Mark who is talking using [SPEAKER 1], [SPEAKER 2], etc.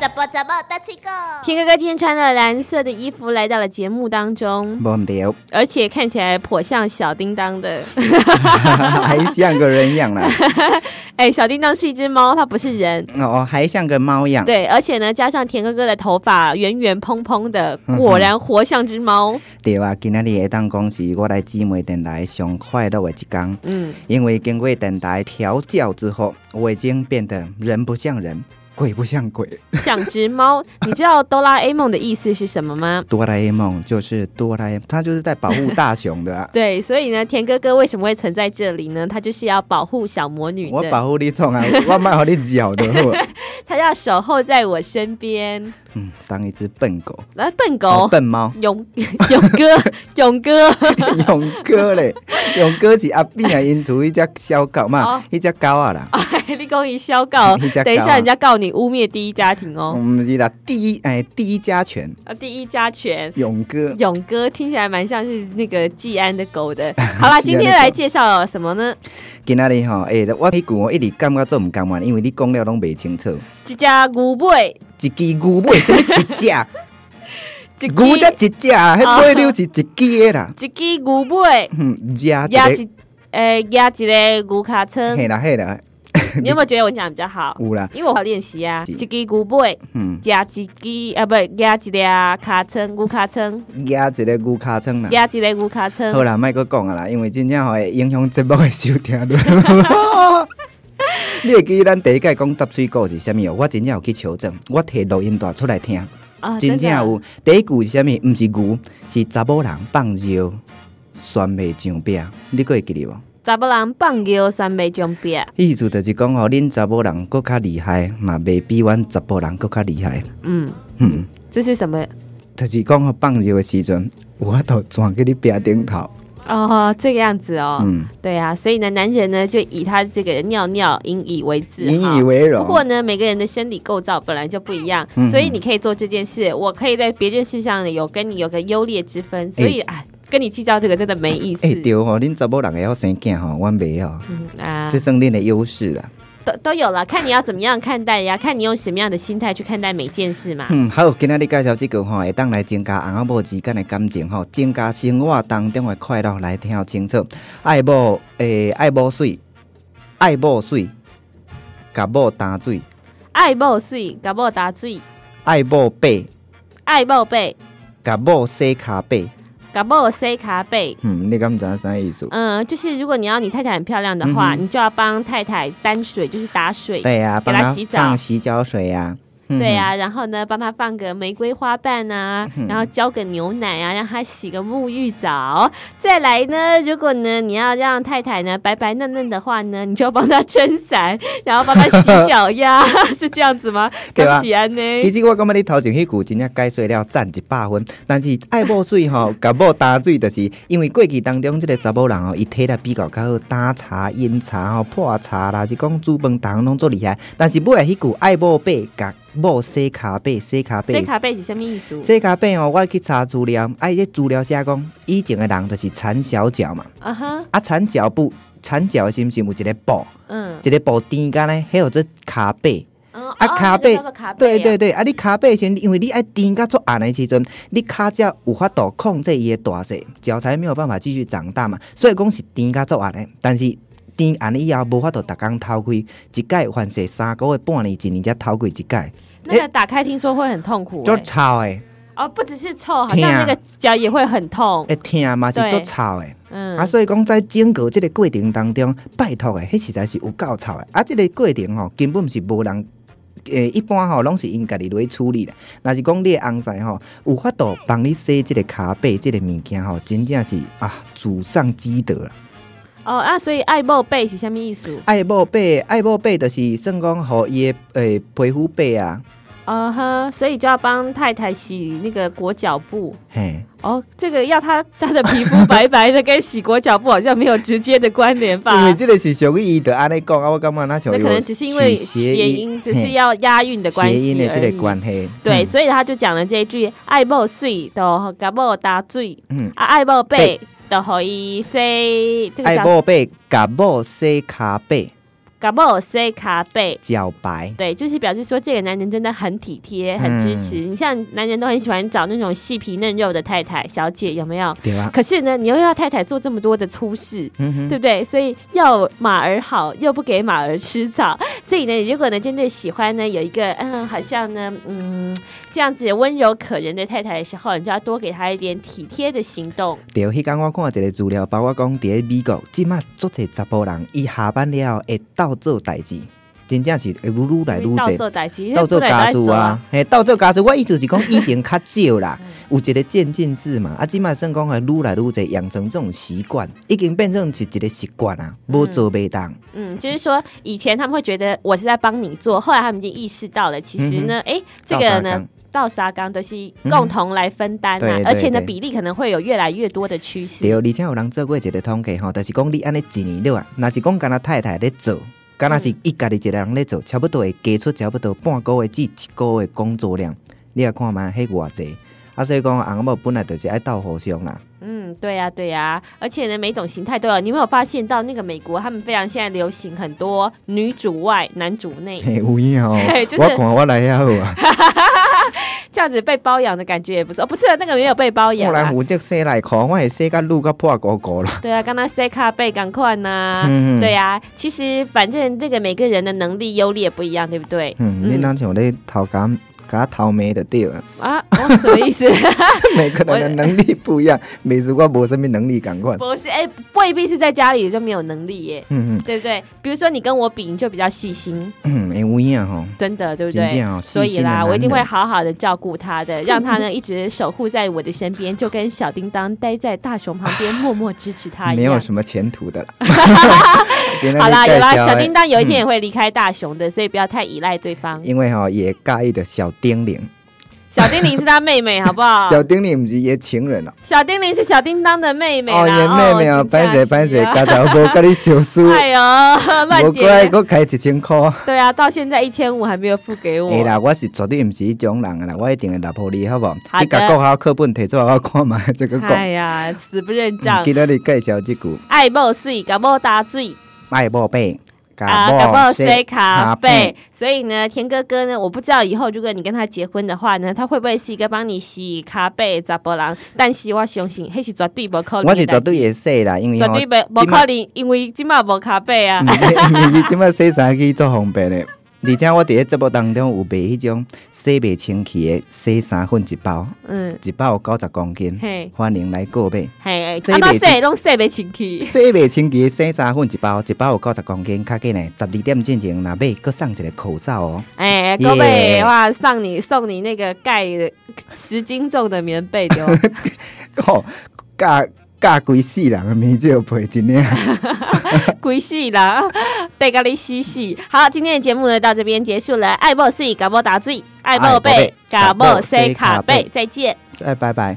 [SPEAKER 1] 怎么怎么大七个？
[SPEAKER 2] 田哥哥今天穿了蓝色的衣服来到了节目当中，
[SPEAKER 3] 冇唔掉，
[SPEAKER 2] 而且看起来颇像小叮当的。
[SPEAKER 3] 还像个人样啦，
[SPEAKER 2] 哎，小叮当是一只猫，它不是人。
[SPEAKER 3] 哦，还像个猫样。
[SPEAKER 2] 对，而且呢，加上田哥哥的头发圆圆蓬蓬的，
[SPEAKER 3] 嗯
[SPEAKER 2] 果然活像只猫。
[SPEAKER 3] 对啊，今仔日会当讲是我来姊妹电台上快乐的一天，
[SPEAKER 2] 嗯，
[SPEAKER 3] 因为经过电台调教之后，我已经变得人不像人，鬼不像鬼。
[SPEAKER 2] 像只 猫。你知道哆啦 A 梦的意思是什么吗？。
[SPEAKER 3] 哆啦 A 梦就是哆啦 A，他就是在保护大雄的、啊
[SPEAKER 2] 对，所以呢，田哥哥为什么会存在这里呢？他就是要保护小魔女
[SPEAKER 3] 我
[SPEAKER 2] 的，
[SPEAKER 3] 保护你 创啊，我卖好你 咬的货。
[SPEAKER 2] 他要守候在我身边。
[SPEAKER 3] 嗯，当一只笨狗，
[SPEAKER 2] 来，笨
[SPEAKER 3] 啊
[SPEAKER 2] 狗，，
[SPEAKER 3] 笨猫
[SPEAKER 2] 勇 勇哥，勇哥，
[SPEAKER 3] 勇哥嘞，勇哥是阿扁啊，因厝一只小狗
[SPEAKER 2] 哦
[SPEAKER 3] 嘛，一只狗啊啦。
[SPEAKER 2] 立功一消告，
[SPEAKER 3] 一家告啊嗯
[SPEAKER 2] 等一下人家告你污蔑第一家庭
[SPEAKER 3] 我
[SPEAKER 2] 哦，
[SPEAKER 3] 们是啦，第一哎，第一家犬
[SPEAKER 2] 啊，第一家犬。
[SPEAKER 3] 勇哥，
[SPEAKER 2] 勇哥听起来蛮像是那个季安的狗 的。好啦，
[SPEAKER 3] 季
[SPEAKER 2] 今
[SPEAKER 3] 安的狗
[SPEAKER 2] 天来介绍什么呢？
[SPEAKER 3] 今仔日吼，哎、我迄句我一直感觉做毋甘愿，因为你讲了拢袂清楚。
[SPEAKER 2] 一家牛尾，
[SPEAKER 3] 一支牛尾什么一只？
[SPEAKER 2] 一
[SPEAKER 3] 牛才
[SPEAKER 2] 只
[SPEAKER 3] 一只，迄尾溜是一支的啦。
[SPEAKER 2] 一只牛尾，
[SPEAKER 3] 嗯，加一
[SPEAKER 2] 压
[SPEAKER 3] 个，
[SPEAKER 2] 一诶压一个牛卡车。
[SPEAKER 3] 嘿啦嘿啦，
[SPEAKER 2] 你有没有觉得我讲得比较好？
[SPEAKER 3] 有啦，
[SPEAKER 2] 因为我好练习啊，
[SPEAKER 3] 是
[SPEAKER 2] 一只牛尾，
[SPEAKER 3] 嗯，
[SPEAKER 2] 压一只啊不压一个卡车牛卡车，
[SPEAKER 3] 加一个牛尻川啦。
[SPEAKER 2] 压一个牛卡车
[SPEAKER 3] 啊好。啦，莫搁讲啊啦，因为真正吼会影响节目的收听率。 你会记咱第一届讲搭水果是啥物哦？我真正有去求证，我摕录音带出来听，
[SPEAKER 2] 啊
[SPEAKER 3] 真
[SPEAKER 2] 的
[SPEAKER 3] 正
[SPEAKER 2] 啊
[SPEAKER 3] 有。第一句是啥物？毋是牛，是查某人放尿，酸袂上壁，你搁会记得无？
[SPEAKER 2] 查某啊人放尿酸袂中壁。
[SPEAKER 3] 意思就是讲吼，恁查某人搁较厉害，嘛袂比阮查甫人搁较厉害。
[SPEAKER 2] 嗯，
[SPEAKER 3] 嗯，
[SPEAKER 2] 这是什么？
[SPEAKER 3] 就是讲吼放尿的时阵，有法度钻去你壁顶头。
[SPEAKER 2] 哦，这个样子哦。
[SPEAKER 3] 嗯，
[SPEAKER 2] 对啊，所以呢，男人呢就以他这个尿尿引以为自豪。
[SPEAKER 3] 引以为荣
[SPEAKER 2] 哦不。过呢，每个人的生理构造本来就不一样，
[SPEAKER 3] 嗯
[SPEAKER 2] 所以你可以做这件事，我可以在别件事上有跟你有个优劣之分，所以啊、跟你计较这个真的没意思。
[SPEAKER 3] 哎、对吼，恁查某人会晓生囝吼，阮袂晓，
[SPEAKER 2] 嗯啊
[SPEAKER 3] 这，算恁的优势啦。
[SPEAKER 2] 都都有了，看你要怎么样看待呀，看你用什么样的心态去看待每件事嘛。
[SPEAKER 3] 嗯，好，今仔日介绍这个吼，会当来增加翁仔某之间的感情吼，增加生活当中的快乐，来听清楚。爱某诶，爱某水，爱某水，甲某担水，
[SPEAKER 2] 爱某水，甲某打水；
[SPEAKER 3] 爱某背，
[SPEAKER 2] 爱某背，
[SPEAKER 3] 甲某洗骹背。
[SPEAKER 2] 甲某洗卡背。
[SPEAKER 3] 嗯，你敢知影啥意思？
[SPEAKER 2] 嗯，就是如果你要你太太很漂亮的话，
[SPEAKER 3] 嗯哼
[SPEAKER 2] 你就要帮太太担水，就是打水。
[SPEAKER 3] 对呀、
[SPEAKER 2] 给
[SPEAKER 3] 帮
[SPEAKER 2] 他
[SPEAKER 3] 他
[SPEAKER 2] 洗澡
[SPEAKER 3] 放洗脚水呀、嗯
[SPEAKER 2] 对、啊呀、然后呢，帮他放个玫瑰花瓣啊，然后浇个牛奶啊，让他洗个沐浴澡。再来呢，如果呢你要让太太呢白白嫩嫩的话呢，你就要帮她撑伞，然后帮她洗脚呀， 是这样子吗？
[SPEAKER 3] 对
[SPEAKER 2] 跟
[SPEAKER 3] 啊
[SPEAKER 2] 喜安呢？
[SPEAKER 3] 其实我感觉你头前迄句真正解释了赞一百分，但是爱某水吼，甲某打水，就是因为过去当中即个查某人吼，伊体力比较较好，打茶、饮茶吼、破茶啦，是讲煮饭糖拢做厉害。但是尾来迄句爱某背，甲某洗骹背，洗骹
[SPEAKER 2] 塞
[SPEAKER 3] 背。
[SPEAKER 2] 卡贝是什么意思？
[SPEAKER 3] 洗骹背吼，我去查资料，啊，伊这资料写讲，以前的人就是缠小脚嘛，
[SPEAKER 2] 啊哈，
[SPEAKER 3] 啊，缠脚布，缠脚是毋是有一个布，
[SPEAKER 2] 嗯，
[SPEAKER 3] 一个布垫干咧，迄有这骹背。
[SPEAKER 2] 嗯
[SPEAKER 3] 啊，
[SPEAKER 2] 哦
[SPEAKER 3] 卡
[SPEAKER 2] 这个
[SPEAKER 3] 背
[SPEAKER 2] 叫做卡，
[SPEAKER 3] 对
[SPEAKER 2] 贝，
[SPEAKER 3] 对，对，啊，你卡背的时候，因为你爱颠到做暗的时阵，你卡才有法度控制伊的大小，脚才没有办法继续长大嘛。所以讲是颠到做暗的，但是颠暗以后无法度逐工偷开，一届凡是三个月、半年、一年才偷开一届，
[SPEAKER 2] 那个打开听说会很痛苦、
[SPEAKER 3] 足
[SPEAKER 2] 欸，
[SPEAKER 3] 臭的，
[SPEAKER 2] 哦，不只是臭，好
[SPEAKER 3] 痛
[SPEAKER 2] 像那个脚也会很痛，
[SPEAKER 3] 会疼嘛是
[SPEAKER 2] 对
[SPEAKER 3] 足臭的。
[SPEAKER 2] 嗯
[SPEAKER 3] 啊，，所以讲在整个这个过程当中，拜托诶，迄实在是有够臭诶。啊，这个过程吼、根本是无人。诶、一般吼、拢是因家己落去处理啦。若是讲你的翁婿吼，有法度帮你洗即个骹背即个物件吼，真正是啊，祖上积德啦。
[SPEAKER 2] 哦，啊，所以爱慕贝是什么意思？
[SPEAKER 3] 爱慕背，爱慕背，就是算讲吼伊的诶皮肤背啊，
[SPEAKER 2] 嗯哼，所以就要帮太太洗那个裹脚布。
[SPEAKER 3] 嘿，
[SPEAKER 2] 哦，这个要她她的皮肤白白的，跟洗裹脚布好像没有直接的关联吧？
[SPEAKER 3] 因为即个是属于伊的安尼讲啊，我感觉那像
[SPEAKER 2] 那可能只是因为谐音，只是要押韵的关
[SPEAKER 3] 谐
[SPEAKER 2] 系
[SPEAKER 3] 音的即
[SPEAKER 2] 而已
[SPEAKER 3] 个关系。
[SPEAKER 2] 对，
[SPEAKER 3] 嗯
[SPEAKER 2] 所以他就讲了这一句“爱慕水都甲某打水，
[SPEAKER 3] 嗯
[SPEAKER 2] 啊爱慕背就互伊洗这个
[SPEAKER 3] 爱
[SPEAKER 2] 叫
[SPEAKER 3] 某背，甲某洗骹背，
[SPEAKER 2] 搞不好洗卡背。
[SPEAKER 3] 脚白。
[SPEAKER 2] 对，就是表示说这个男人真的很体贴，很
[SPEAKER 3] 嗯
[SPEAKER 2] 支持。你像男人都很喜欢找那种细皮嫩肉的太太小姐，有没有？
[SPEAKER 3] 对啊吧？
[SPEAKER 2] 可是呢，你又要太太做这么多的粗事，
[SPEAKER 3] 嗯哼，
[SPEAKER 2] 对不对？所以要马儿好，又不给马儿吃草。所以呢，如果呢真的喜欢呢有一个嗯，好像呢嗯这样子温柔可人的太太的时候，你就要多给她一点体贴的行动。
[SPEAKER 3] 对，迄天我看一个资料，包括讲伫咧美国，即马足侪查甫人，伊下班了会倒做代志，真正是会愈来愈
[SPEAKER 2] 到
[SPEAKER 3] 侪。
[SPEAKER 2] 做代志，
[SPEAKER 3] 倒做家
[SPEAKER 2] 不然
[SPEAKER 3] 事
[SPEAKER 2] 就要
[SPEAKER 3] 啊，嗯嘿，倒做家事，我意思是讲以前较少 啦，有一个渐进式嘛，啊，即马算讲系愈来愈侪养成这种习惯，已经变成是一个习惯啊，无做袂当。
[SPEAKER 2] 嗯，就是说以前他们会觉得我是在帮你做，后来他们已经意识到了，其实
[SPEAKER 3] 嗯
[SPEAKER 2] 呢，诶，这个呢。倒沙缸都是共同来分担啊，
[SPEAKER 3] 嗯对
[SPEAKER 2] 而且呢
[SPEAKER 3] 对对
[SPEAKER 2] 比例可能会有越来越多的趋
[SPEAKER 3] 对，
[SPEAKER 2] 势。
[SPEAKER 3] 而且有人做过一个统计吼，就是讲你安尼一年了啊，若是讲敢若太太咧做，敢若是伊家己一个人咧做，差不多会加出差不多半个月至一个月工作量，你也看嘛，迄偌济。啊，所以讲翁某本来就是爱斗互相啦，
[SPEAKER 2] 嗯，对呀、对呀、而且呢，每种形态都有。你有没有发现到那个美国，他们非常现在流行很多女主外男主内，
[SPEAKER 3] 嘿，有影哦
[SPEAKER 2] 嗯 嘿就。是
[SPEAKER 3] 我看我来遐 好啊，
[SPEAKER 2] 这样子被包养的感觉也不错。哦、不是那个没有被包
[SPEAKER 3] 我
[SPEAKER 2] 养、
[SPEAKER 3] 来
[SPEAKER 2] 啊，
[SPEAKER 3] 负责洗内裤，我会洗甲撸甲破糊糊啦。
[SPEAKER 2] 对啊，刚刚 C 卡被赶快呐，
[SPEAKER 3] 嗯
[SPEAKER 2] 啊对呀、其实反正这个每个人的能力优劣不一样，对不对？
[SPEAKER 3] 嗯，你若像咧头甲甲头眉就对 了，
[SPEAKER 2] 啊，我什么意思？
[SPEAKER 3] 每个人的能力不一样，美术我无什么能力共款。
[SPEAKER 2] 不是，哎、未必是在家里就没有能力耶，
[SPEAKER 3] 嗯
[SPEAKER 2] 对不对？比如说你跟我比，你就比较细心，
[SPEAKER 3] 嗯，会有影吼。
[SPEAKER 2] 真的，对不
[SPEAKER 3] 真
[SPEAKER 2] 对？
[SPEAKER 3] 正哦，
[SPEAKER 2] 所
[SPEAKER 3] 细
[SPEAKER 2] 以
[SPEAKER 3] 心的
[SPEAKER 2] 啦，
[SPEAKER 3] 男
[SPEAKER 2] 我一定会
[SPEAKER 3] 人
[SPEAKER 2] 好好的照顾他的，让他呢一直守护在我的身边，就跟小叮当待在大熊旁边，默默支持他啊一
[SPEAKER 3] 没有
[SPEAKER 2] 样。
[SPEAKER 3] 什么前途 的啦。
[SPEAKER 2] 好啦，有啦，小叮
[SPEAKER 3] 丁，
[SPEAKER 2] 当有一天也会离开大熊的，所以不要太依赖对 方。
[SPEAKER 3] 因为吼、也介意的小丁玲，
[SPEAKER 2] 小叮铃是他妹妹，好不好？
[SPEAKER 3] 小丁玲不是也情人了、啊
[SPEAKER 2] 小叮铃是小叮当的妹妹啦。
[SPEAKER 3] 哦，也妹妹哦，
[SPEAKER 2] 真的
[SPEAKER 3] 歹
[SPEAKER 2] 是
[SPEAKER 3] 势歹势，
[SPEAKER 2] 啊
[SPEAKER 3] 家长无甲你相 输，
[SPEAKER 2] 哎呦，乱
[SPEAKER 3] 无怪
[SPEAKER 2] 点！
[SPEAKER 3] 我开一千箍。
[SPEAKER 2] 对啊，到现在一千五还没有付给我。
[SPEAKER 3] 会啦，我是绝对毋是迄种人的啦，我一定会答互你，好无？
[SPEAKER 2] 好的
[SPEAKER 3] 你甲国校课本摕出来我看嘛，再个讲。
[SPEAKER 2] 哎呀，死不认账
[SPEAKER 3] 嗯，今仔日介绍即句，
[SPEAKER 2] 爱某水，搞某打水，
[SPEAKER 3] 爱宝贝，
[SPEAKER 2] 啊，搞某水卡
[SPEAKER 3] 贝
[SPEAKER 2] 贝。所以呢，田哥哥呢，我不知道以后如果你跟他结婚的话呢，他会不会是一个帮你洗卡贝查波郎？但是我相信，迄是绝对无可能的
[SPEAKER 3] 我
[SPEAKER 2] 代
[SPEAKER 3] 是
[SPEAKER 2] 志。
[SPEAKER 3] 绝对会说啦，因为
[SPEAKER 2] 绝
[SPEAKER 3] 吼
[SPEAKER 2] 对无无可能，因为 今嘛无卡贝啊。
[SPEAKER 3] 因为伊即摆洗衫机足方便的，而且我伫咧节目当中有卖迄种洗袂清气的洗衫粉一包，
[SPEAKER 2] 嗯，
[SPEAKER 3] 一包有九十公斤，
[SPEAKER 2] 嘿，
[SPEAKER 3] 欢迎来购买。
[SPEAKER 2] 嘿，哎
[SPEAKER 3] 这
[SPEAKER 2] 阿妈
[SPEAKER 3] 袂
[SPEAKER 2] 说拢说袂清 气。
[SPEAKER 3] 洗袂清气的洗衫粉一包，一包有九十公斤，较紧诶，十二点进前若买，搁送一个口罩哦。
[SPEAKER 2] 哎，
[SPEAKER 3] 耶
[SPEAKER 2] 各位哇，送你送你那个盖十斤重的棉被对吧？
[SPEAKER 3] 吼、教教规世人的面罩赔一领。
[SPEAKER 2] 鬼戏啦，被咖喱嬉戏。好，今天的节目呢到这边结束了。爱莫睡，嘎莫打醉；爱莫
[SPEAKER 3] 爱莫
[SPEAKER 2] 背
[SPEAKER 3] 背，
[SPEAKER 2] 嘎
[SPEAKER 3] 嘎
[SPEAKER 2] 莫
[SPEAKER 3] 莫
[SPEAKER 2] 塞
[SPEAKER 3] 塞
[SPEAKER 2] 卡
[SPEAKER 3] 卡
[SPEAKER 2] 贝
[SPEAKER 3] 贝。
[SPEAKER 2] 再见。
[SPEAKER 3] 再拜拜。